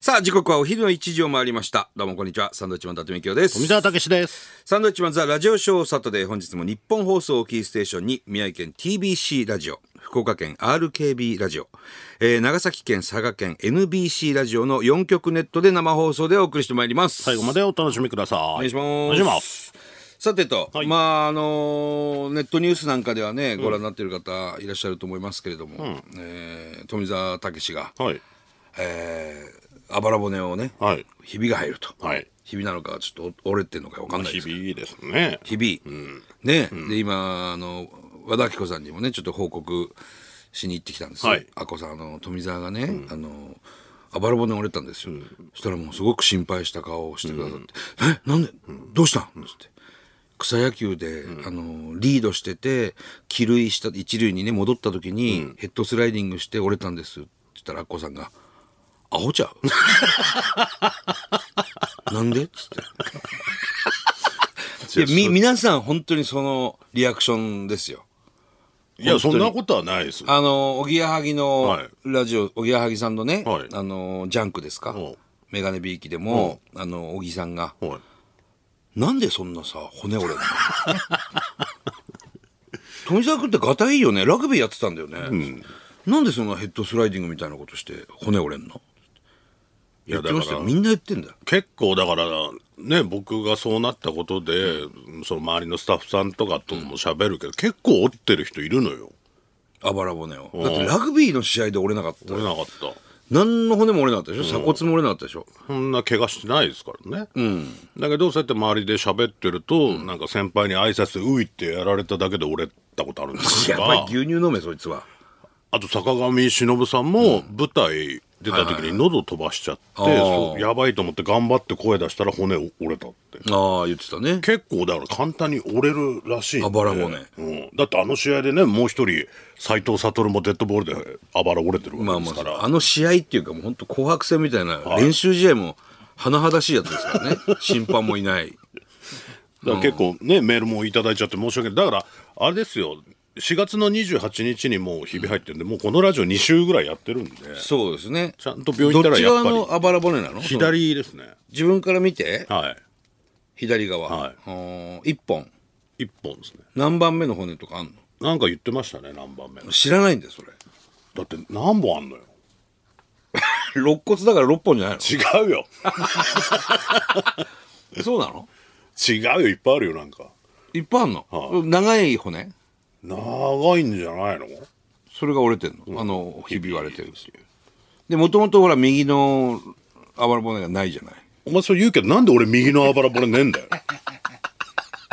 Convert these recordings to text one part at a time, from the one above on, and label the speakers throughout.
Speaker 1: さあ、時刻はお昼の1時を回りました。どうもこんにちは。サンドウィッチマン伊達美京です。
Speaker 2: 富澤たけしです。
Speaker 1: サンドウィッチマンザラジオショーサタデー。本日も日本放送をキーステーションに、宮城県 TBC ラジオ、福岡県 RKB ラジオ、えー長崎県佐賀県 NBC ラジオの4局ネットで生放送でお送りしてまいります。
Speaker 2: 最後までお楽しみください。お
Speaker 1: お願いします。
Speaker 2: 願いします。
Speaker 1: さてと、
Speaker 2: はい
Speaker 1: まああのネットニュースなんかではね、ご覧になっている方いらっしゃると思いますけれども、えー富澤たけしが、
Speaker 2: はい。
Speaker 1: えー、あばら骨をね、
Speaker 2: はい。
Speaker 1: ひびが入ると、
Speaker 2: はい
Speaker 1: ひびなのかちょっと折れてるのかわかんないですけど
Speaker 2: 日々ですね。
Speaker 1: ひび、ね、で今あの和田アキ子さんにもねちょっと報告しに行ってきたんですよ、
Speaker 2: はい
Speaker 1: あこさんあの富澤がね、あのあばら骨折れたんですよ、そしたらもうすごく心配した顔をしてくださって「えなんで、どうしたん?」っつって草野球で、あのリードしてて帰塁した一塁にね戻った時に、ヘッドスライディングして折れたんですって言ったらあっこさんが「アホちゃ うなんで?」っつって。いやみ皆さん本当にそのリアクションですよ。
Speaker 2: いや、そんなことはないです。
Speaker 1: あのおぎやはぎの
Speaker 2: はい
Speaker 1: ラジオ、おぎやはぎさんのね、
Speaker 2: はい
Speaker 1: あのジャンクですか
Speaker 2: うん、
Speaker 1: メガネビーキでも、あのおぎさんが
Speaker 2: はい。
Speaker 1: なんでそんなさ骨折れ なの富澤君ってガタいいよねラグビーやってたんだよね、なんでそんなヘッドスライディングみたいなことして骨折れんの
Speaker 2: い
Speaker 1: 言
Speaker 2: や、
Speaker 1: っ
Speaker 2: だ
Speaker 1: てまし
Speaker 2: か
Speaker 1: た
Speaker 2: ら
Speaker 1: よみ、んな言ってんだよ
Speaker 2: 結構だから、ね、僕がそうなったことで、その周りのスタッフさんとかとも喋るけど、結構折ってる人いるのよ。
Speaker 1: あばら骨をだってラグビーの試合で折れなかった
Speaker 2: 折れなかった。
Speaker 1: 何の骨も折れなかったでしょ鎖骨も折れなかったでしょ、
Speaker 2: そんな怪我してないですからね。だけど、そうやって周りで喋ってると、なんか先輩に挨拶ういってやられただけで折れたことあるんです
Speaker 1: や
Speaker 2: が。
Speaker 1: ばい牛乳飲めそいつは。
Speaker 2: あと坂上忍さんも舞台出た時に喉飛ばしちゃって、
Speaker 1: はいはい
Speaker 2: そうやばいと思って頑張って声出したら骨折れたって
Speaker 1: ああ言ってたね
Speaker 2: 結構だから簡単に折れるらしいんで
Speaker 1: あばら骨
Speaker 2: うん、だってあの試合でねもう一人斎藤悟もデッドボールであばら折れてる
Speaker 1: ま
Speaker 2: わ
Speaker 1: あ
Speaker 2: けで
Speaker 1: ます
Speaker 2: から、
Speaker 1: ああの試合っていうかもう本当紅白戦みたいな練習試合も甚だしいやつですからね 審判もいない
Speaker 2: だから結構ね、メールもいただいちゃって申し訳ないだからあれですよ4月の28日にもう日々入ってるんでもうこのラジオ2週ぐらいやってるんで
Speaker 1: そうですね
Speaker 2: ちゃんと病院行っ
Speaker 1: ど
Speaker 2: た
Speaker 1: っ
Speaker 2: ら
Speaker 1: ち
Speaker 2: や
Speaker 1: 側
Speaker 2: っぱり
Speaker 1: のあばら骨なのその
Speaker 2: 左ですね
Speaker 1: 自分から見て
Speaker 2: は
Speaker 1: 左側、
Speaker 2: はい
Speaker 1: うん一本
Speaker 2: い1本ですね
Speaker 1: 何番目の骨とかあんの
Speaker 2: なんか言ってましたね何番目
Speaker 1: 知らないんだよそれ
Speaker 2: だって何本あんのよ
Speaker 1: 肋骨だから6本じゃない
Speaker 2: 違うよ
Speaker 1: のそうなの
Speaker 2: 違うよいっぱいあるよなんか
Speaker 1: いっぱいあんの、
Speaker 2: は
Speaker 1: 長い骨
Speaker 2: 長いんじゃないの
Speaker 1: それが折れてるの、あのひび割れてるっていうでもともとほら右のあばら骨がないじゃない
Speaker 2: お前それ言うけどなんで俺右のあばら骨ねえんだよ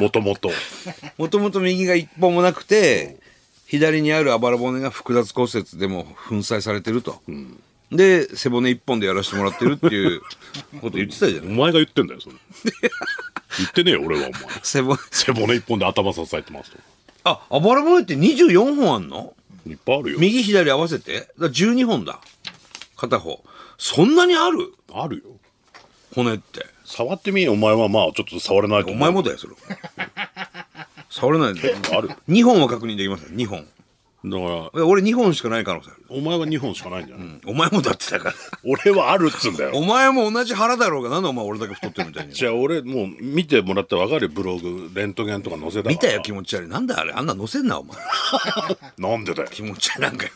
Speaker 2: もともと
Speaker 1: もともと右が一本もなくて、左にあるあばら骨が複雑骨折でも粉砕されてると。で、背骨一本でやらせてもらってるっていうこと言ってたじゃ
Speaker 2: お
Speaker 1: ん。
Speaker 2: 前が言ってんだよそれ言ってねえよ俺はお前
Speaker 1: 背骨。
Speaker 2: 背骨一本で頭支えてますと
Speaker 1: あ、あばら骨って24本あんの
Speaker 2: いっぱいあるよ
Speaker 1: 右左合わせてだから12本だ。片方。そんなにある
Speaker 2: あるよ
Speaker 1: 骨って。
Speaker 2: 触ってみお前はまあちょっと触れないと
Speaker 1: お
Speaker 2: 思
Speaker 1: 前
Speaker 2: う
Speaker 1: もだよ、それ。触れないで。
Speaker 2: あるだか
Speaker 1: 2本は確認できますよ、2本。
Speaker 2: ら
Speaker 1: いや俺2本しかない可能性ある。
Speaker 2: お前は2本しかないんじゃない、
Speaker 1: お前もだってだから。
Speaker 2: 俺はあるっつうんだよ
Speaker 1: お前も同じ腹だろうが、なんでお前俺だけ太ってるみたいに。
Speaker 2: じゃあ俺もう見てもらったら分かるよブログレントゲンとか載せたから
Speaker 1: 見たよ気持ち悪いなんだあれあんなのせんなお前
Speaker 2: なんでだよ
Speaker 1: 気持ち悪いなんか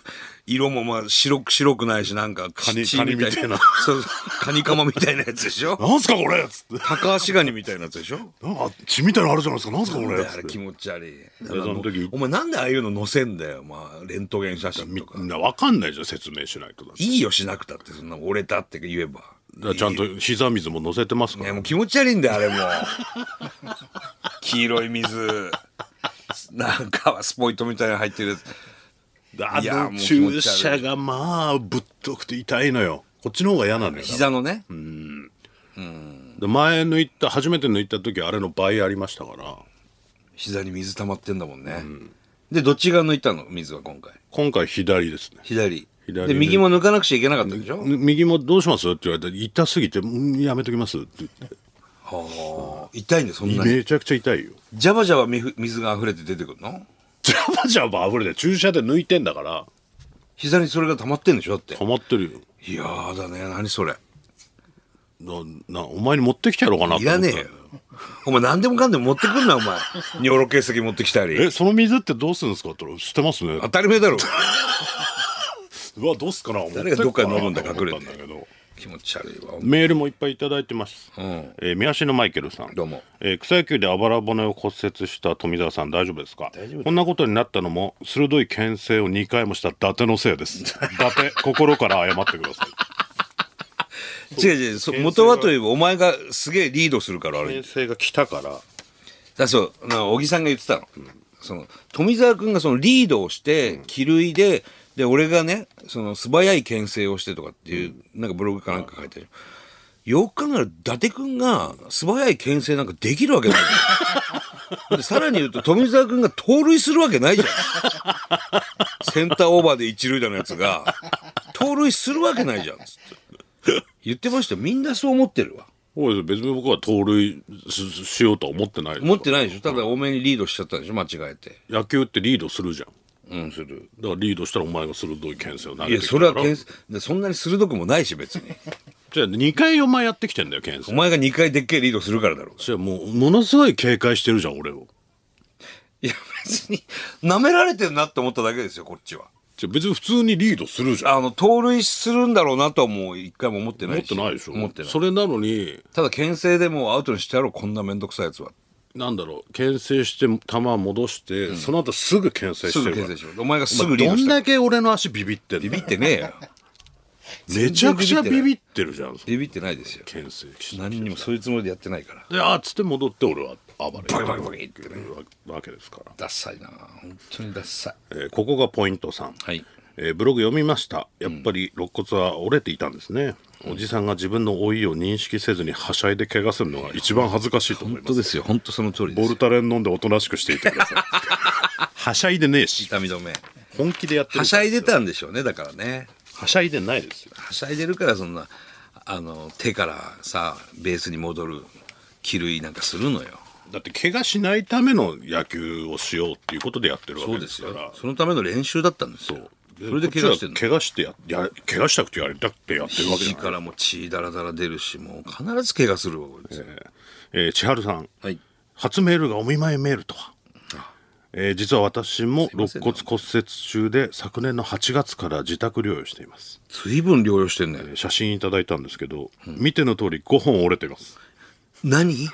Speaker 1: 色もまあ白く白くないしなんかカ
Speaker 2: ニカニみたいな
Speaker 1: そうカニカマみたいなやつでしょ
Speaker 2: なんすかこれっつって。
Speaker 1: タカアシガニみたいなやつでしょ
Speaker 2: なんか血みたいなのあるじゃないですか。なんすかこ
Speaker 1: なんだ
Speaker 2: れっ
Speaker 1: よあ
Speaker 2: つっ
Speaker 1: れ
Speaker 2: て
Speaker 1: 気。持ち悪い
Speaker 2: やその時
Speaker 1: お前なんでああいうの載せんだよまあレントゲン写真とか
Speaker 2: みんなわかんないじゃん説明しないとだって
Speaker 1: いいよしなくたってそんな折れたって言えば
Speaker 2: だからちゃんと膝水も乗せてますか
Speaker 1: い
Speaker 2: ら。
Speaker 1: やもう気持ち悪いんだよあれもう 黄色い水なんかスポイトみたいなの入ってるやつ
Speaker 2: あ
Speaker 1: いやもう
Speaker 2: の
Speaker 1: 気持ち悪い
Speaker 2: 注射がまあぶっとくて痛いのよ。こっちの方が嫌なのよ。
Speaker 1: 膝のね
Speaker 2: で前抜いた初めて抜いた時あれの倍ありましたから。
Speaker 1: 膝に水溜まってんだもんね、でどっち側抜いたの水は今回
Speaker 2: 今回左ですね。
Speaker 1: 左で
Speaker 2: 左で
Speaker 1: 右も抜かなくちゃいけなかったでしょ、
Speaker 2: 右もどうしますって言われて痛すぎてうんやめときますって言って
Speaker 1: はあ痛いんだよそんなに
Speaker 2: めちゃくちゃ痛いよ。
Speaker 1: ジャバジャバみふ水が溢れて出てくるの
Speaker 2: ジャバジャバ溢れて注射で抜いてんだから
Speaker 1: 膝にそれが溜まってんでしょだって
Speaker 2: 溜まってるよ。
Speaker 1: いやーだね何それ
Speaker 2: ななお前に持ってきてやろうかなと
Speaker 1: い
Speaker 2: 思
Speaker 1: ら
Speaker 2: った
Speaker 1: ねえよお前何でもかんでも持ってくんなお前尿路結石持ってきたり
Speaker 2: えその水ってどうするんですかって言ったら捨てますね
Speaker 1: 当たり前だろ
Speaker 2: うわどうすっかな
Speaker 1: 誰がどっかに飲むんだ
Speaker 2: 持ってっかな
Speaker 1: 隠れて
Speaker 2: と思ったんだけど
Speaker 1: 気持ち悪いわ
Speaker 2: メールもいっぱいいただいてます、
Speaker 1: ん
Speaker 2: えー宮代マイケルさん
Speaker 1: どうも
Speaker 2: えー草野球であばら骨を骨折した富澤さん大丈夫ですかこんなことになったのも鋭い牽制を2回もした伊達のせいです 伊達心から謝ってください
Speaker 1: 違う違うそ元はといえばお前がすげえリードするからあれ
Speaker 2: 牽制が来たから
Speaker 1: だそうな小木さんが言ってたの,、その富澤君がそのリードをして気類でで俺がねその素早い牽制をしてとかっていう、なんかブログかなんか書いてる、よく考えると伊達君が素早い牽制なんかできるわけない じゃんでさらに言うと富澤君が盗塁するわけないじゃんセンターオーバーで一塁打のやつが盗塁するわけないじゃんつって言ってましたよみんなそう思ってるわ
Speaker 2: おい別に僕は盗塁すすしようとは思ってないですよ
Speaker 1: 思ってないでしょただ多めにリードしちゃったでしょ間違えて
Speaker 2: 野球ってリードするじゃん
Speaker 1: うんする
Speaker 2: だからリードしたらお前が鋭い牽制を投
Speaker 1: い
Speaker 2: げ
Speaker 1: や
Speaker 2: てき
Speaker 1: そ
Speaker 2: た
Speaker 1: れ
Speaker 2: か
Speaker 1: は
Speaker 2: ら
Speaker 1: けんでそんなに鋭くもないし別に
Speaker 2: じゃあ2回お前やってきてんだよ牽
Speaker 1: お
Speaker 2: 制
Speaker 1: 前が2回でっけえリードするからだろうが
Speaker 2: じゃあもうものすごい警戒してるじゃん俺を
Speaker 1: いや別に舐められてるなって思っただけですよこっちは
Speaker 2: じゃあ別に普通にリードするじゃん
Speaker 1: あの盗塁するんだろうなとはもう一回も思ってな
Speaker 2: 思っ
Speaker 1: いして
Speaker 2: ないでしょ
Speaker 1: 思ってない
Speaker 2: それなのに
Speaker 1: ただ牽制でもうアウトにしてやろうこんな面倒くさいやつは
Speaker 2: なんだろう牽制して球戻して、その後すぐ牽
Speaker 1: す
Speaker 2: 制し
Speaker 1: ぐ
Speaker 2: てる
Speaker 1: 牽
Speaker 2: から
Speaker 1: 制しろお前がす
Speaker 2: まあ
Speaker 1: ぐリー
Speaker 2: ど
Speaker 1: ドし
Speaker 2: ん
Speaker 1: た
Speaker 2: だけ俺の足ビビってん
Speaker 1: ビ
Speaker 2: の
Speaker 1: ビってねえよ
Speaker 2: めちゃくち
Speaker 1: 全然
Speaker 2: ゃビ
Speaker 1: ビ
Speaker 2: ビってるじゃん
Speaker 1: ビビってないですよ
Speaker 2: 牽制して
Speaker 1: 何にもそういうつもりでやってないから
Speaker 2: であーっつって戻って俺は暴れる
Speaker 1: バキバキバキってね
Speaker 2: わけですから、
Speaker 1: ダッサいな本当にダッサい
Speaker 2: えーここがポイント3、
Speaker 1: はい
Speaker 2: えーブログ読みましたやっぱり肋骨は折れていたんですね、おじさんが自分の老いを認識せずにはしゃいで怪我するのが一番恥ずかしいと思
Speaker 1: 本
Speaker 2: います
Speaker 1: 当ですよ本当その通りで
Speaker 2: ボ
Speaker 1: す
Speaker 2: ルタレン飲んでおとなしくしていてください はしゃいでねえし
Speaker 1: 痛み止め
Speaker 2: 本気でやってる
Speaker 1: はしゃいでたんでしょうねだからね
Speaker 2: はしゃいでないですよ
Speaker 1: はしゃいでるからそんなあの手からさベースに戻る気類なんかするのよ
Speaker 2: だって怪我しないための野球をしようっていうことでやってるわけですから
Speaker 1: そのための練習だったんですよそれで怪我してん
Speaker 2: こ
Speaker 1: の
Speaker 2: っちは怪我してやや怪我したくてやりたくてやってるわけじ
Speaker 1: 肘
Speaker 2: ゃない
Speaker 1: からも血だらだら出るしもう必ず怪我するわこいつ、
Speaker 2: えー千春さん、
Speaker 1: はい
Speaker 2: 初メールがお見舞いメールとは、えー実は私も
Speaker 1: ま
Speaker 2: 肋
Speaker 1: せん
Speaker 2: 骨骨折中で昨年の8月から自宅療養しています
Speaker 1: 随分療養してんね
Speaker 2: えー写真いただいたんですけど、見ての通り5本折れています
Speaker 1: 何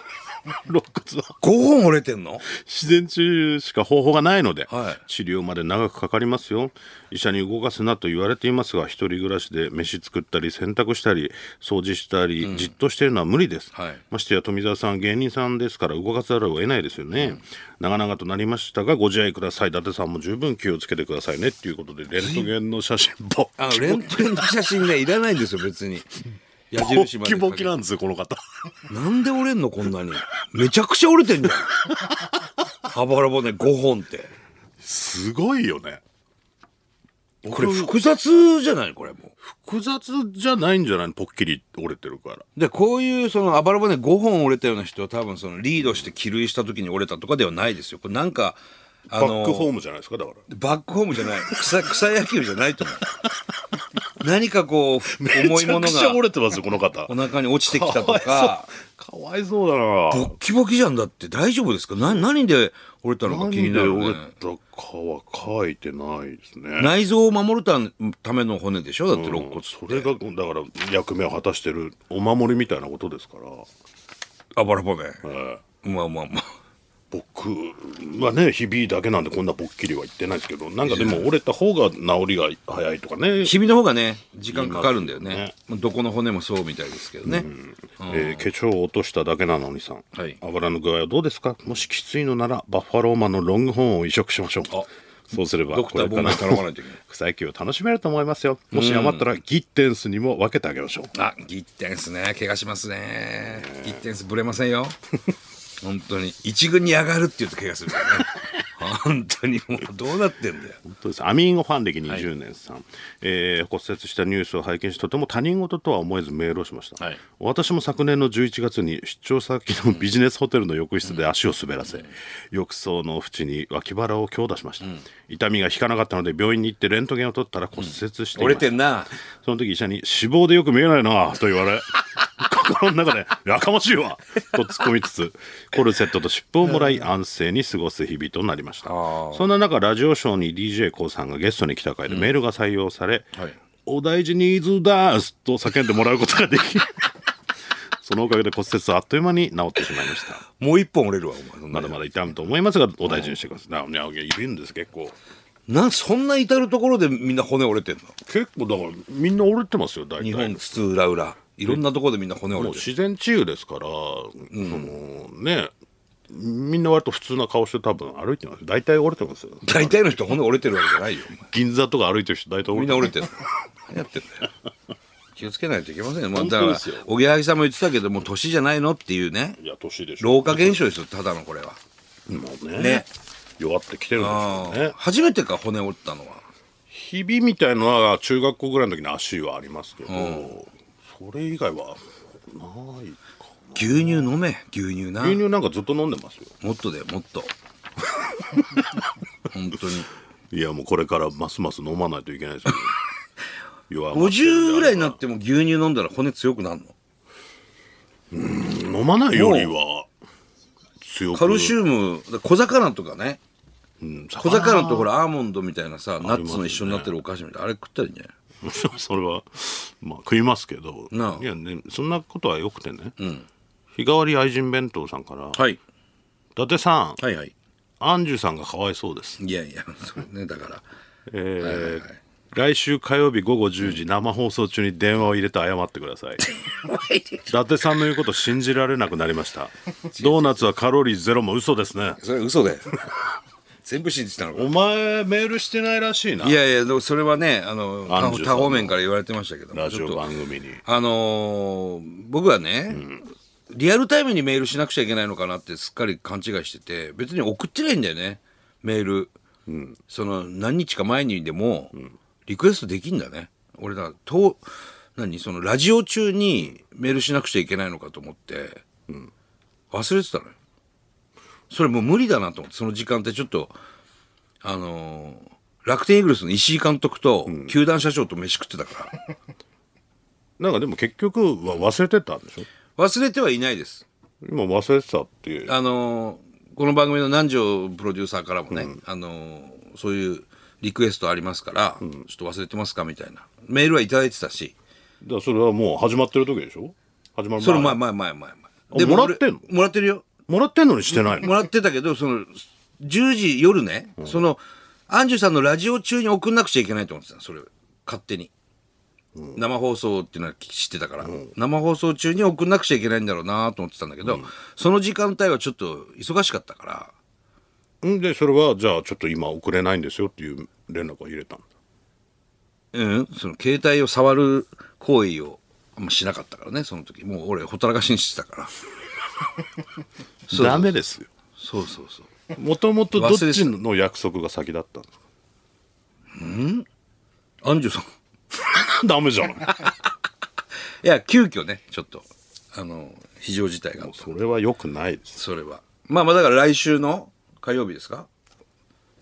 Speaker 2: 肋骨は
Speaker 1: 5本折れてんの
Speaker 2: 自然治癒しか方法がないので、
Speaker 1: はい
Speaker 2: 治療まで長くかかりますよ医者に動かすなと言われていますが一人暮らしで飯作ったり洗濯したり掃除したり、じっとしてるのは無理です、
Speaker 1: はい
Speaker 2: ましてや富澤さん芸人さんですから動かざるを得ないですよね、長々となりましたがご自愛ください伊達さんも十分気をつけてくださいねっていうことでレントゲンの写真ボ
Speaker 1: あのレントゲンの写真ねいらないんですよ別に矢
Speaker 2: ボッ
Speaker 1: 印まで
Speaker 2: キ
Speaker 1: かけ
Speaker 2: ボキなんですよこの方
Speaker 1: なんで折れんのこんなにめちゃくちゃ折れてんじゃ んあばら骨5本って
Speaker 2: すごいよね
Speaker 1: これ複雑じゃないこれも
Speaker 2: 複雑じゃないんじゃないポッキリ折れてるから
Speaker 1: うでこういうそのあばら骨5本折れたような人は多分そのリードして気類した時に折れたとかではないですよこれなんかあ
Speaker 2: バッ
Speaker 1: の
Speaker 2: クホームじゃないですかだから
Speaker 1: バックホームじゃない草 草野球じゃないと思う何かこう重いもの
Speaker 2: めちゃくちゃ折
Speaker 1: が
Speaker 2: れてますよこの方
Speaker 1: お腹に落ちてきたとか
Speaker 2: かわいそうだ
Speaker 1: ボ
Speaker 2: な
Speaker 1: ッキボキじゃんだって大丈夫ですかな何で折れたの
Speaker 2: な
Speaker 1: か
Speaker 2: ん
Speaker 1: 気に
Speaker 2: で
Speaker 1: なる、
Speaker 2: 折
Speaker 1: ね
Speaker 2: れ、たかは書いてないですね
Speaker 1: 内臓を守るたための骨でしょだって肋骨
Speaker 2: それがだから役目を果たしてるお守りみたいなことですから、
Speaker 1: あばら骨
Speaker 2: ええ
Speaker 1: まあまあまあ
Speaker 2: 僕はね響いだけなんでこんなぽっきりは言ってないですけどなんかでも折れた方が治りが早いとかね、
Speaker 1: 君の方がね時間かかるんだよ
Speaker 2: 言い
Speaker 1: ね
Speaker 2: ます
Speaker 1: どこの骨もそうみたいですけどね、
Speaker 2: えー化粧を落としただけなのにさん、
Speaker 1: はい
Speaker 2: あばらの具合はどうですかもしきついのならバッファローマンのロングホーンを移植しましょうそうすれば
Speaker 1: ドクターボン
Speaker 2: こ
Speaker 1: に
Speaker 2: れから
Speaker 1: 頼まないといけない
Speaker 2: 草野球を楽しめると思いますよもし余ったらギッテンスにも分けてあげましょう
Speaker 1: あギッテンスね怪我しますねギッテンスぶれません よ本当に一軍に上がるって言うと怪我するからね本当にもうどうなってんだよ
Speaker 2: 本当ですアミーゴファン歴20年さん、えー骨折したニュースを拝見しとても他人事とは思えずメールをしました、
Speaker 1: はい
Speaker 2: 私も昨年の11月に出張先のビジネスホテルの浴室で足を滑らせ、浴槽の縁に脇腹を強打しました、痛みが引かなかったので病院に行ってレントゲンを取ったら骨折していました、
Speaker 1: 折れてんな
Speaker 2: その時医者に「死亡でよく見えないな」と言われこ心の中で「やかましいわ!」と突っ込みつつコルセットと湿布をもらい安静に過ごす日々となりましたそんな中ラジオショーに d j k o さんがゲストに来た回でメールが採用され「
Speaker 1: はい
Speaker 2: お大事にズダース!」と叫んでもらうこと ができそのおかげで骨折はあっという間に治ってしまいました
Speaker 1: もう一本折れるわお前
Speaker 2: まだまだ痛むと思いますがお大事にしてくださいだからねいるんです結構
Speaker 1: なそんな至る所でみんな骨折れてんの
Speaker 2: 結構だからみんな折れてますよ大体
Speaker 1: 日本津々浦々いろんなところでみんな骨折
Speaker 2: もう
Speaker 1: れてる
Speaker 2: 自然治癒ですから、そのねみんな割と普通な顔して多分歩いてます大体折れてますよ
Speaker 1: 大体の人骨折れてるわけじゃないよお前
Speaker 2: 銀座とか歩いてる人大体折
Speaker 1: みん
Speaker 2: れて
Speaker 1: な
Speaker 2: る
Speaker 1: 折れてる 何やってんだよ気をつけないといけませんよ、まあ、
Speaker 2: 本
Speaker 1: だ
Speaker 2: 当
Speaker 1: か
Speaker 2: で
Speaker 1: ら
Speaker 2: すよ
Speaker 1: おぎやはぎさんも言ってたけどもう年じゃないのっていうね
Speaker 2: いや年でしょ
Speaker 1: 老化現象ですよただのこれは
Speaker 2: もうね
Speaker 1: ね
Speaker 2: 弱ってきてるんでしょ
Speaker 1: あ
Speaker 2: う
Speaker 1: ー
Speaker 2: ね
Speaker 1: 初めてか骨折ったのは
Speaker 2: ひびみたいのは中学校ぐらいの時に足はありますけど、それ以外はないか
Speaker 1: 牛乳飲め牛乳な
Speaker 2: 牛乳なんかずっと飲んでますよ
Speaker 1: もっとだよもっ と本当に
Speaker 2: いやもうこれからますます飲まないといけない ですよね弱まってるんで
Speaker 1: 50ぐらいになっても牛乳飲んだら骨強くなるの
Speaker 2: 飲まないよりは強く
Speaker 1: カルシウムだ小魚とかね
Speaker 2: うん
Speaker 1: 小魚とほらアーモンドみたいなさナッツの一緒になってるお菓子みたいなあれ食ったらいいんじゃない
Speaker 2: それはまあ食いますけど
Speaker 1: なあ
Speaker 2: いやねそんなことはよくてね、日替わり愛人弁当さんから「
Speaker 1: はい
Speaker 2: 伊達さん
Speaker 1: はいはい
Speaker 2: アンジュさんがかわいそうです
Speaker 1: いやいやそれねだから」
Speaker 2: えー来週火曜日午後10時生放送中に電話を入れて謝ってく ださい伊達さんの言うこと信じられなくなり ましたドーナツはカロリーゼロも嘘ですね
Speaker 1: それ嘘だよ 全部信じたのか
Speaker 2: お前メールしてないらしいない
Speaker 1: やいやでもそれはねあの
Speaker 2: ア
Speaker 1: 他
Speaker 2: ンジュさ
Speaker 1: 他
Speaker 2: んの
Speaker 1: 方面から言われてましたけども
Speaker 2: ラジ
Speaker 1: ちょっ
Speaker 2: オ
Speaker 1: と
Speaker 2: 番組に
Speaker 1: あのー僕はね、リアルタイムにメールしなくちゃいけないのかなってすっかり勘違いしてて別に送ってないんだよねメール、その何日か前にでもリクエストできんだね俺だと何そのラジオ中にメールしなくちゃいけないのかと思って、忘れてたのよそれもう無理だなと思ってその時間ってちょっとあのー楽天イーグルスの石井監督と球団社長と飯食ってたから、
Speaker 2: なんかでも結局は忘れてたんでしょ
Speaker 1: 忘れてはいないです
Speaker 2: 今忘れてたっていう
Speaker 1: あのーこの番組の南條プロデューサーからもね、あのーそういうリクエストありますから、ちょっと忘れてますかみたいなメールはいただいてたし
Speaker 2: だからそれはもう始まってる時でしょ始まる前
Speaker 1: それ前前前前前
Speaker 2: あもらってんの
Speaker 1: 俺もらってるよ
Speaker 2: もらってんのにしてないの
Speaker 1: もらってたけどその10時夜ね、そのアンジュさんのラジオ中に送んなくちゃいけないと思ってたのそれ勝手に、生放送っていうのは知ってたから、生放送中に送んなくちゃいけないんだろうなと思ってたんだけど、その時間帯はちょっと忙しかったから
Speaker 2: んでそれはじゃあちょっと今送れないんですよっていう連絡を入れたんだ
Speaker 1: うん、その携帯を触る行為をあんましなかったからねその時もう俺ほったらかしにしてたからそう
Speaker 2: ダメですよ
Speaker 1: そうそうそう
Speaker 2: もともとどっ
Speaker 1: 忘れて
Speaker 2: ちの約束が先だったんです
Speaker 1: アンジュさん
Speaker 2: かダメじゃ ない
Speaker 1: いや急遽ねちょっとあの非常事態があった
Speaker 2: それは良くないです
Speaker 1: それはまあまあだから来週の火曜日ですかだか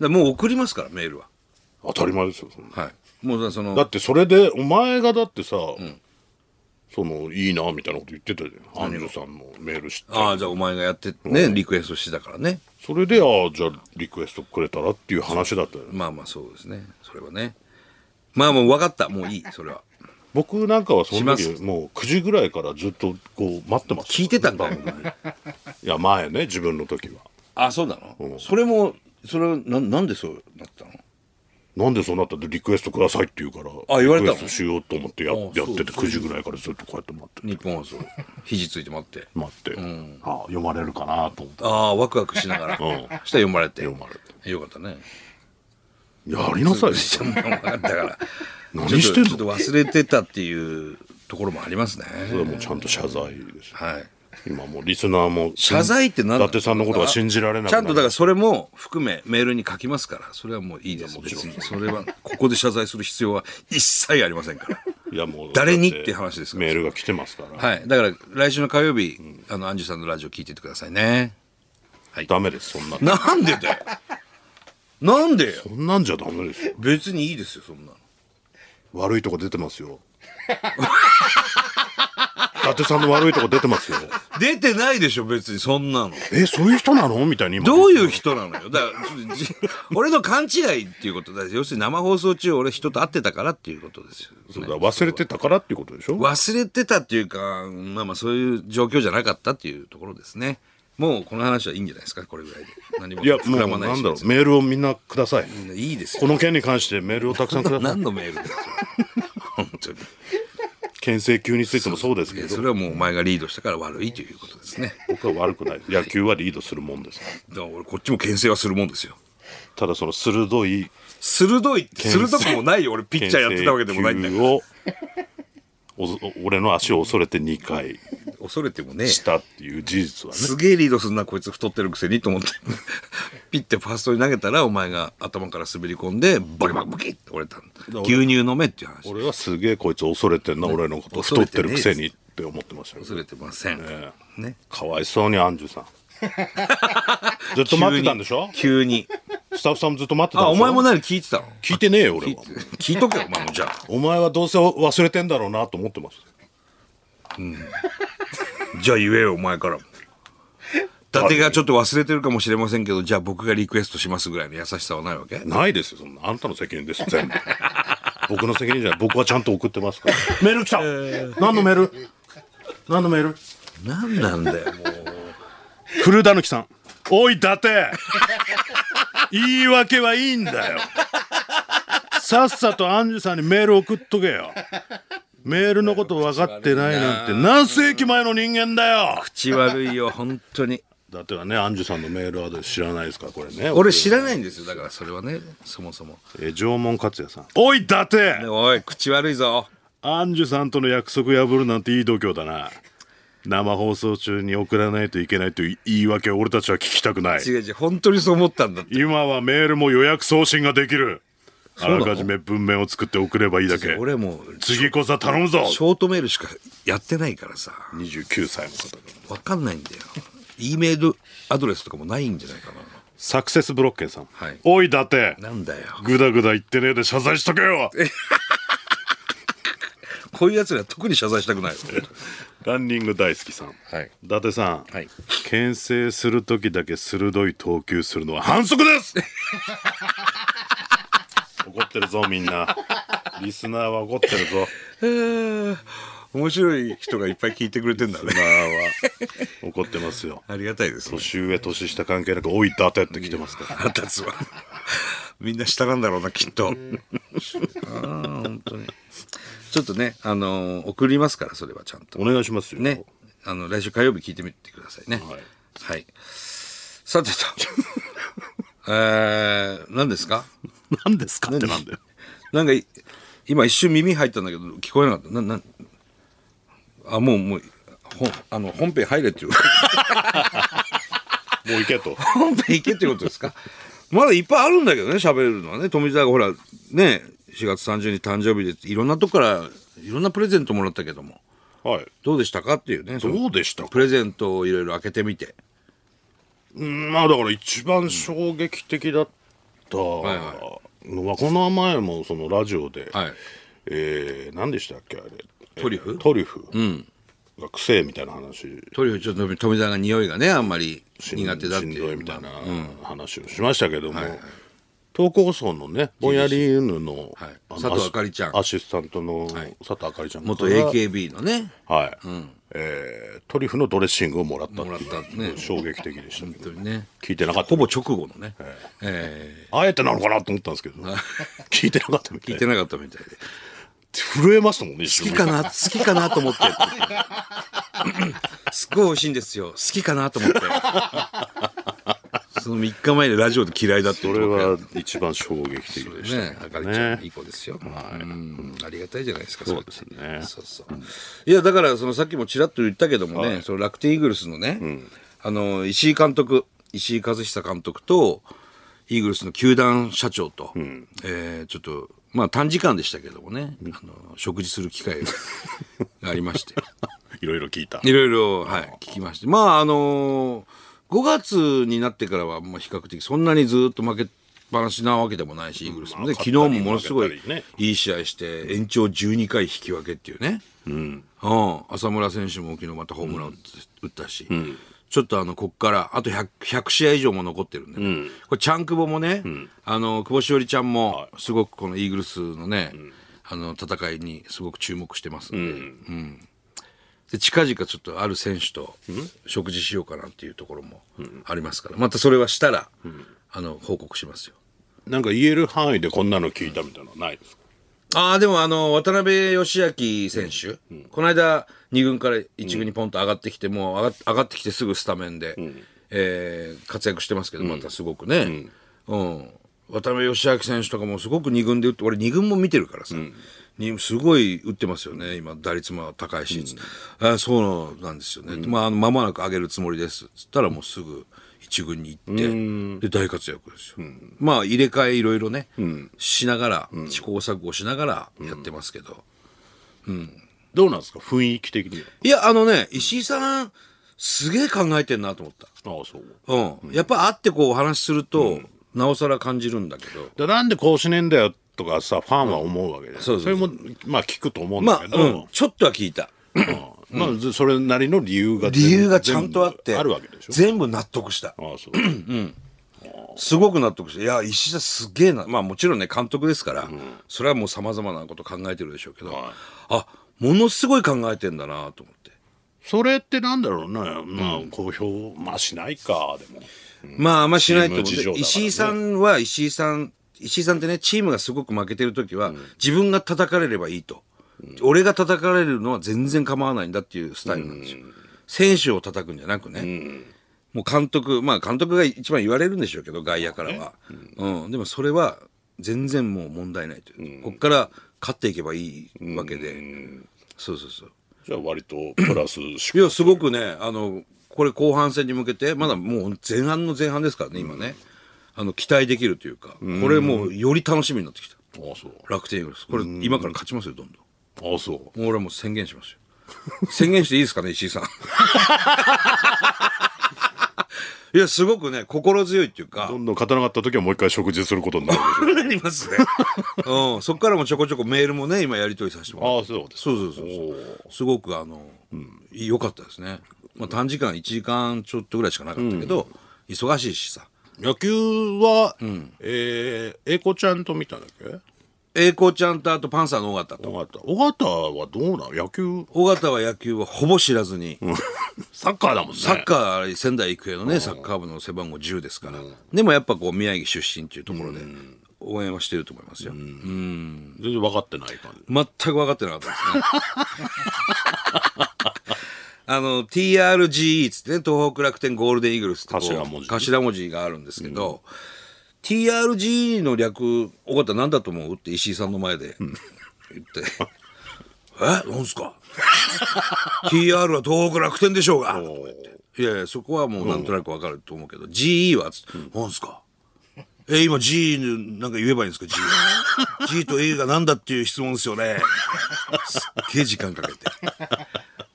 Speaker 1: らもう送りますからメールは
Speaker 2: 当たり前ですよそんな
Speaker 1: はいもうその
Speaker 2: だってそれでお前がだってさ、そのいいなみたいなこと言ってたじゃんアンジュさんのメールして
Speaker 1: ああじゃあお前がやってねリクエストしてたからね
Speaker 2: それでああじゃあリクエストくれたらっていう話だったよね
Speaker 1: まあまあそうですねそれはねまあもう分かったもういいそれは
Speaker 2: 僕なんかはその
Speaker 1: しま
Speaker 2: 時もう9時ぐらいからずっとこう待ってます
Speaker 1: 聞いてたんだよお前
Speaker 2: いや前ね自分の時は
Speaker 1: あそうなの、それもそれはななんでそうなったの
Speaker 2: なんでそうなったってリクエストくださいって言うから
Speaker 1: あ言われたの
Speaker 2: リクエストしようと思ってや
Speaker 1: あそう
Speaker 2: やってて9時ぐらいからずっとこうやって待って
Speaker 1: 日本放送肘ついて待って
Speaker 2: 待って、ああ読まれるかなと思って
Speaker 1: ああワクワクしながら、
Speaker 2: ん
Speaker 1: そしたら読まれて
Speaker 2: 読まれて
Speaker 1: よかったね
Speaker 2: やりなさいよ
Speaker 1: じゃあもう分かったから
Speaker 2: 何してんの
Speaker 1: ちょっとちょっと忘れてたっていうところもありますね
Speaker 2: それはもうちゃんと謝罪ですよ
Speaker 1: はい
Speaker 2: 今もうリスナーも
Speaker 1: 謝罪って何
Speaker 2: 伊達さんのことが信じられない
Speaker 1: ちゃんとだからそれも含めメールに書きますからそれはもういいです別にそれはここで謝罪する必要は一切ありませんから
Speaker 2: いやもう
Speaker 1: 誰にって話ですから
Speaker 2: メールが来てますから、
Speaker 1: はいだから来週の火曜日、あのアンジュさんのラジオ聞いててくださいね
Speaker 2: ダメですそんな
Speaker 1: なんでだよなんでよ
Speaker 2: そんなんじゃダメですよ
Speaker 1: 別にいいですよそんなの
Speaker 2: 悪いとこ出てますよ達さんの悪いとこ出てますよ。
Speaker 1: 出てないでしょ、別にそんなの。
Speaker 2: え、そういう人なのみたいに今。
Speaker 1: どういう人なのよ。だから、ちょじ俺の勘違いっていうことだし、要するに生放送中俺人と会ってたからっていうことですよ。
Speaker 2: そうだ忘れてたからっていうことでしょ
Speaker 1: 忘れてたっていうか、まあまあそういう状況じゃなかったっていうところですね。もうこの話はいいんじゃないですか、これぐらいで。何も
Speaker 2: いや、
Speaker 1: 膨
Speaker 2: も
Speaker 1: ら
Speaker 2: う
Speaker 1: まない
Speaker 2: な
Speaker 1: し
Speaker 2: んだろう、メールをみんなください。
Speaker 1: 別にいいです
Speaker 2: こ
Speaker 1: よ。
Speaker 2: の件に関してメールをたくさんください。
Speaker 1: 何のメールですよ。本当に。
Speaker 2: 牽制級についてもそうですけ
Speaker 1: いやそ
Speaker 2: ど、
Speaker 1: れはもうお前がリードしたから悪いということですね。
Speaker 2: 僕は悪くない。野球はリードするもんです。
Speaker 1: だから俺こっちも牽制はするもんですよ。
Speaker 2: ただその鋭い
Speaker 1: 鋭いって、
Speaker 2: 制
Speaker 1: 鋭くもないよ。俺ピッ
Speaker 2: 牽
Speaker 1: チャー
Speaker 2: 制
Speaker 1: やってたわけでもないんだ
Speaker 2: 球
Speaker 1: よ。
Speaker 2: を、おぞ俺の足を恐れて2回
Speaker 1: 恐れてもねえ。
Speaker 2: したっていう事実はね。
Speaker 1: すげえリードすんな、こいつ太ってるくせにと 思って。ピッてファーストに投げたら、お前が頭から滑り込んで、ボキボキボキって折れたんだ。牛乳飲めっていう話。
Speaker 2: 俺はすげえこいつ恐れてんな、俺のこと
Speaker 1: 恐れ
Speaker 2: 太ってて
Speaker 1: ね
Speaker 2: る
Speaker 1: え
Speaker 2: くせにって思ってましたよ
Speaker 1: 忘れてません。
Speaker 2: え
Speaker 1: ね。
Speaker 2: かわいそうにアンジュ さんずっと待ってたんでしょ
Speaker 1: 急に。
Speaker 2: スタッフさんもずっと待ってた
Speaker 1: あ、
Speaker 2: んで
Speaker 1: お
Speaker 2: しょ
Speaker 1: 前も何聞いてたの
Speaker 2: 聞いてねえよ俺は
Speaker 1: 聞いとけよ、お前もじゃあ。
Speaker 2: お前はどうせ忘れてんだろうなと思ってます
Speaker 1: じゃあ言えよ、お前からも。伊達がちょっと忘れてるかもしれませんけど、じゃあ僕がリクエストしますぐらいの優しさはないわけ
Speaker 2: ないですよそんなあんたの責任です全 部僕の責任じゃない僕はちゃんと送ってますからメール来た、何のメール何のメール
Speaker 1: 何なんだよ、もう。
Speaker 2: 古田貫さんおい伊達言い訳はいいんだよさっさとアンジュさんにメール送っとけよメールのこと分かってないなんて何世紀前の人間だよ
Speaker 1: 口悪いよ、本当に。
Speaker 2: 伊達はねアンジュさんのメールアドレス知らないですからこれね
Speaker 1: 俺知らないんですよ、だからそれはね、そもそも。
Speaker 2: えー縄文克也さんおい伊達
Speaker 1: ねおい、口悪いぞ。
Speaker 2: アンジュさんとの約束破るなんていい度胸だな生放送中に送らないといけないという言い訳を俺たちは聞きたくない
Speaker 1: 違う違う、本当にそう思ったんだって。
Speaker 2: 今はメールも予約送信ができるあ
Speaker 1: な
Speaker 2: ら
Speaker 1: の
Speaker 2: かじめ文面を作って送ればいいだけ
Speaker 1: 俺もう、
Speaker 2: 次こそ頼むぞ
Speaker 1: ショートメールしかやってないからさ、
Speaker 2: 29歳の方
Speaker 1: わかんないんだよ。E メールアドレスとかもないんじゃないか
Speaker 2: サクセスブロッケンさん、
Speaker 1: はい
Speaker 2: おい伊達
Speaker 1: な。なんだよ。
Speaker 2: グダグダ言ってねえで謝罪しとけよ
Speaker 1: こういうやつには特に謝罪したくないよ。
Speaker 2: ランニング大好きさん、
Speaker 1: はい
Speaker 2: 伊達さん、
Speaker 1: はい
Speaker 2: 牽制する時だけ鋭い投球するのは反則です 怒ってるぞみんなリスナーは怒ってるぞ
Speaker 1: へー面白い人がいっぱい聞いてくれてんだ
Speaker 2: リスナ
Speaker 1: ね。
Speaker 2: ーは怒ってますよ
Speaker 1: ありがたいですね。
Speaker 2: 年上年下関係なく「おい伊達」って来てますから
Speaker 1: 腹立つわ。みんな下なんだろうな、きっと。本当に。ちょっとね、あのー送りますから、それはちゃんと。
Speaker 2: お願いしますよ
Speaker 1: ね。あの、来週火曜日聞いてみてくださいね。
Speaker 2: はい
Speaker 1: はい。さてと。 えー、何ですか
Speaker 2: 何ですかってなんだよ
Speaker 1: なんかい、今一瞬耳入ったんだけど、聞こえなかった。な、な、あ、もう、もう、ほんあの、本編入れっていう。
Speaker 2: もう行けと
Speaker 1: 本編行けってことですかまだいっぱいあるんだけどね喋るのはね富澤がほらね4月30日誕生日でいろんなとこからいろんなプレゼントもらったけども
Speaker 2: はい
Speaker 1: どうでしたかっていうねその
Speaker 2: どうでした
Speaker 1: プレゼントをいろいろ開けてみて
Speaker 2: うんまあだから一番衝撃的だったの
Speaker 1: い
Speaker 2: は、この前もそのラジオで、
Speaker 1: はい
Speaker 2: えー何でしたっけあれ
Speaker 1: トリュフ
Speaker 2: えートリュフが癖みたいな話
Speaker 1: トリュフちょっと富澤が匂いがねあんまり苦手だって
Speaker 2: しんどいみたいな
Speaker 1: まあ
Speaker 2: 話をしましたけども、投稿層のねぼんやり犬の,、
Speaker 1: い
Speaker 2: の
Speaker 1: 佐藤あかりちゃん
Speaker 2: アシスタントの佐藤あかりちゃんから
Speaker 1: 元 AKB のね
Speaker 2: はい、えートリュフのドレッシングをもらったっ
Speaker 1: も
Speaker 2: て
Speaker 1: らったね
Speaker 2: いう衝撃的でしたけど
Speaker 1: 本当にね
Speaker 2: 聞いてなかった
Speaker 1: ほぼ直後のね、え
Speaker 2: あえてなのかなと思ったんですけど、聞いてなかったみ
Speaker 1: ー
Speaker 2: た
Speaker 1: 聞い
Speaker 2: い
Speaker 1: て
Speaker 2: な。
Speaker 1: なかったみたいで
Speaker 2: 震えましたもんね、一
Speaker 1: 好
Speaker 2: 瞬
Speaker 1: きかな好きかなと思って すっごい美味しいんですよ好きかなと 思ってその3日前でラジオで嫌いだって
Speaker 2: そ
Speaker 1: 言っ
Speaker 2: れ
Speaker 1: て
Speaker 2: は一番衝撃的でした。
Speaker 1: ねあかりちゃんいい子ですよ、うんありがたいじゃないですか
Speaker 2: そうですね
Speaker 1: そうそういやだからそのさっきもちらっと言ったけどもね、その楽天イーグルスのね、あの石井監督石井和久監督とイーグルスの球団社長と、えーちょっとまあ短時間でしたけどもね、あの食事する機会がありまして
Speaker 2: いろいろ聞いた。
Speaker 1: いろいろ、はい、聞きまして。まあ、あのー、5月になってからは、まあ、比較的そんなにずっと負けぱなしなわけでもないし、イーグルスもね、
Speaker 2: まあ
Speaker 1: 昨日もものすご
Speaker 2: 勝
Speaker 1: い
Speaker 2: ったり負けたりね
Speaker 1: いい試合して、延長12回引き分けっていうね、うんうん浅村選手も昨日またホームラン打っ打ったし、ちょっとあのここからあと 100, 100試合以上も残ってるんでね、これ、チャンクボもね、あの久保しおりちゃんも、すごくこのイーグルスのね、あの戦いにすごく注目してますんで。で近々ちょっとある選手と食事しようかなっていうところもありますから、またそれはしたら、あの報告しますよ
Speaker 2: なんか言える範囲でこんなの聞いたみたいなのはないですか
Speaker 1: ああでもあの渡辺義明選手、この間2軍から1軍にポンと上がってきて、もう上がっ上がってきてすぐスタメンで、えー活躍してますけどまたすごくね、うん渡辺義明選手とかもすごく2軍で打って俺2軍も見てるからさ、にすごい打ってますよね今打率も高いし、あそうなんですよね、まあ、あの間もなく上げるつもりですっつったらもうすぐ。一軍に行ってで大活躍ですよ、まあ入れ替えいろいろね、しながら、試行錯誤しながらやってますけど、
Speaker 2: どうなんですか雰囲気的にはい
Speaker 1: やあのね石井さんすげえ考えてんなと思っ
Speaker 2: ああそう
Speaker 1: た、うんやっぱ会ってこうお話しすると、なおさら感じるんだけど
Speaker 2: だなんでこうしねえんだよとかさファンは思うわけで、
Speaker 1: そうそう
Speaker 2: れもまあ聞くと思うんだ
Speaker 1: まあ、
Speaker 2: けど、
Speaker 1: うん、ちょっとは聞いた
Speaker 2: うんまあずそれなりの理由が
Speaker 1: 理由がちゃんとあって
Speaker 2: 全部あるわけでしょ
Speaker 1: 全部納得した
Speaker 2: ああそう
Speaker 1: すごく納得して、いや、石田すげえな、まあもちろんね、監督ですから、それはもう様々なこと考えてるでしょうけど、
Speaker 2: はい
Speaker 1: あ、ものすごい考えてんだなと思って。
Speaker 2: それってなんだろうな、まあ公表まあしないかでも
Speaker 1: まああんましないと思う
Speaker 2: チーム事情だからね
Speaker 1: 石井さんは石井さん、石井さんってね、チームがすごく負けてる時は、自分が叩かれればいいと。俺が叩かれるのは全然構わないんだっていうスタイルなんですよ。選手を叩くんじゃなくね。もう監督、まあ監督が一番言われるんでしょうけど、外野からは。うん。でもそれは全然もう問題ないという。こっから勝っていけばいいわけで。そうそうそう。
Speaker 2: じゃあ割とプラス
Speaker 1: い
Speaker 2: し
Speaker 1: や、すごくね、あの、これ後半戦に向けて、まだもう前半の前半ですからね、今ね。あの、期待できるというか、これもうより楽しみになってきた。
Speaker 2: ああそう
Speaker 1: 楽天イーグルス。これ今から勝ちますよ、どんどん。
Speaker 2: ああそ
Speaker 1: もう俺はもう宣言しますよ。宣言していいですかね、石井 さん。いや、すごくね、心強いっていう
Speaker 2: う
Speaker 1: か
Speaker 2: ど、んどん勝たなかった時はもう一回食事することになるでしょ
Speaker 1: なりますね。うん、そっからもちょこちょこメールもね、今やり取りさせてもらって
Speaker 2: ああそうです
Speaker 1: そうそうそうそうすごくあの良、かったですね、まあ、短時間1時間ちょっとぐらいしかなかったけど、忙しいしさ
Speaker 2: 野球は、えー、英子ちゃんと見たんだっけ
Speaker 1: 栄光ちゃんとあとパンサーの尾形と
Speaker 2: 尾形尾形はどうなの野球
Speaker 1: 尾形は野球はほぼ知らずに、
Speaker 2: サッカーだもんね
Speaker 1: サッカーあれ仙台育英のね、サッカー部の背番号10ですから、でもやっぱこう宮城出身っていうところで応援はしてると思いますよ、
Speaker 2: 全然分かってない感じ
Speaker 1: 全く分かってなかったですね。 あの TRGE っつってね東北楽天ゴールデンイーグルスってこう
Speaker 2: 頭文字
Speaker 1: 頭文字があるんですけど、TRGE の略「尾形何だと思う?」って石井さんの前で言って 「えなんすか ?TR は東北楽天でしょうが」とか言って「いやいやそこはもうなんとなく分かると思うけど、GE は?」つって「なんすか?」え、今 G なんか言えばいいんですか ?G。G と A がなんだっていう質問ですよね。すっげえ時間かけて。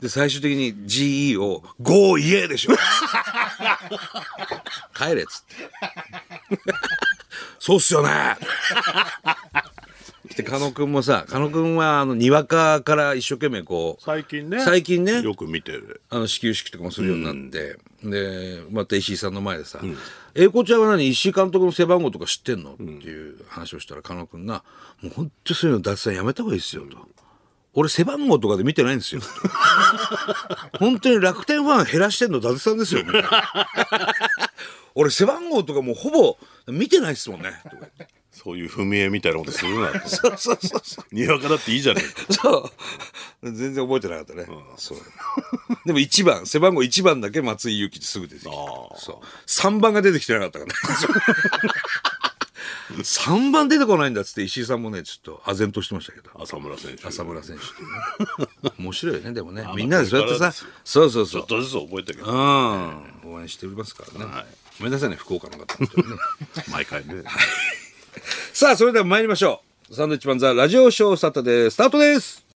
Speaker 1: で、最終的に GE を GO 言えでし ょ。帰れっつって。そうっすよね。で、狩野くんもさ、狩野くんはあの、にわかから一生懸命こう、
Speaker 2: 最近ね
Speaker 1: 最近ね
Speaker 2: よく見てる
Speaker 1: あの始球式とかもするようになって、でまた石井さんの前でさ「英、子、ちゃんは何石井監督の背番号とか知ってんの?」っていう話をしたら狩野君が「もう本当そういうの脱線やめた方がいいですよ」と。俺背番号とかで見てないん ですよ。本当に楽天ファン減らしてんの伊達さんですよ。みたいな俺背番号とかもうほぼ見てないですもんね。とか言って
Speaker 2: そういう踏み絵みたいなことするな と
Speaker 1: そうそうそうそう。
Speaker 2: にわかだっていいじゃねえか
Speaker 1: そう。全然覚えてなかったね。そう。でも1番、背番号1番だけ松井裕樹ってすぐ出てきた。
Speaker 2: あー
Speaker 1: そう。3番が出てきてなかったか らね。3番出てこないんだっつって石井さんもね、ちょっと唖然としてましたけど。
Speaker 2: 浅村選手
Speaker 1: 浅
Speaker 2: ち
Speaker 1: 村選手ってね面白いよね、でもね
Speaker 2: あ。
Speaker 1: みんなでそうやって
Speaker 2: これから
Speaker 1: さ
Speaker 2: ですよ、
Speaker 1: そうそうそ
Speaker 2: ょ
Speaker 1: う
Speaker 2: っ。とずつ覚えてるけ
Speaker 1: う
Speaker 2: ど
Speaker 1: ん。応援しておりますからね。
Speaker 2: はい
Speaker 1: ごめんなさいね、福岡の方。本 当にね
Speaker 2: 毎回ね
Speaker 1: さあ、それでは参りましょう。サンドウィッチマンザラジオショースタートです。スタートです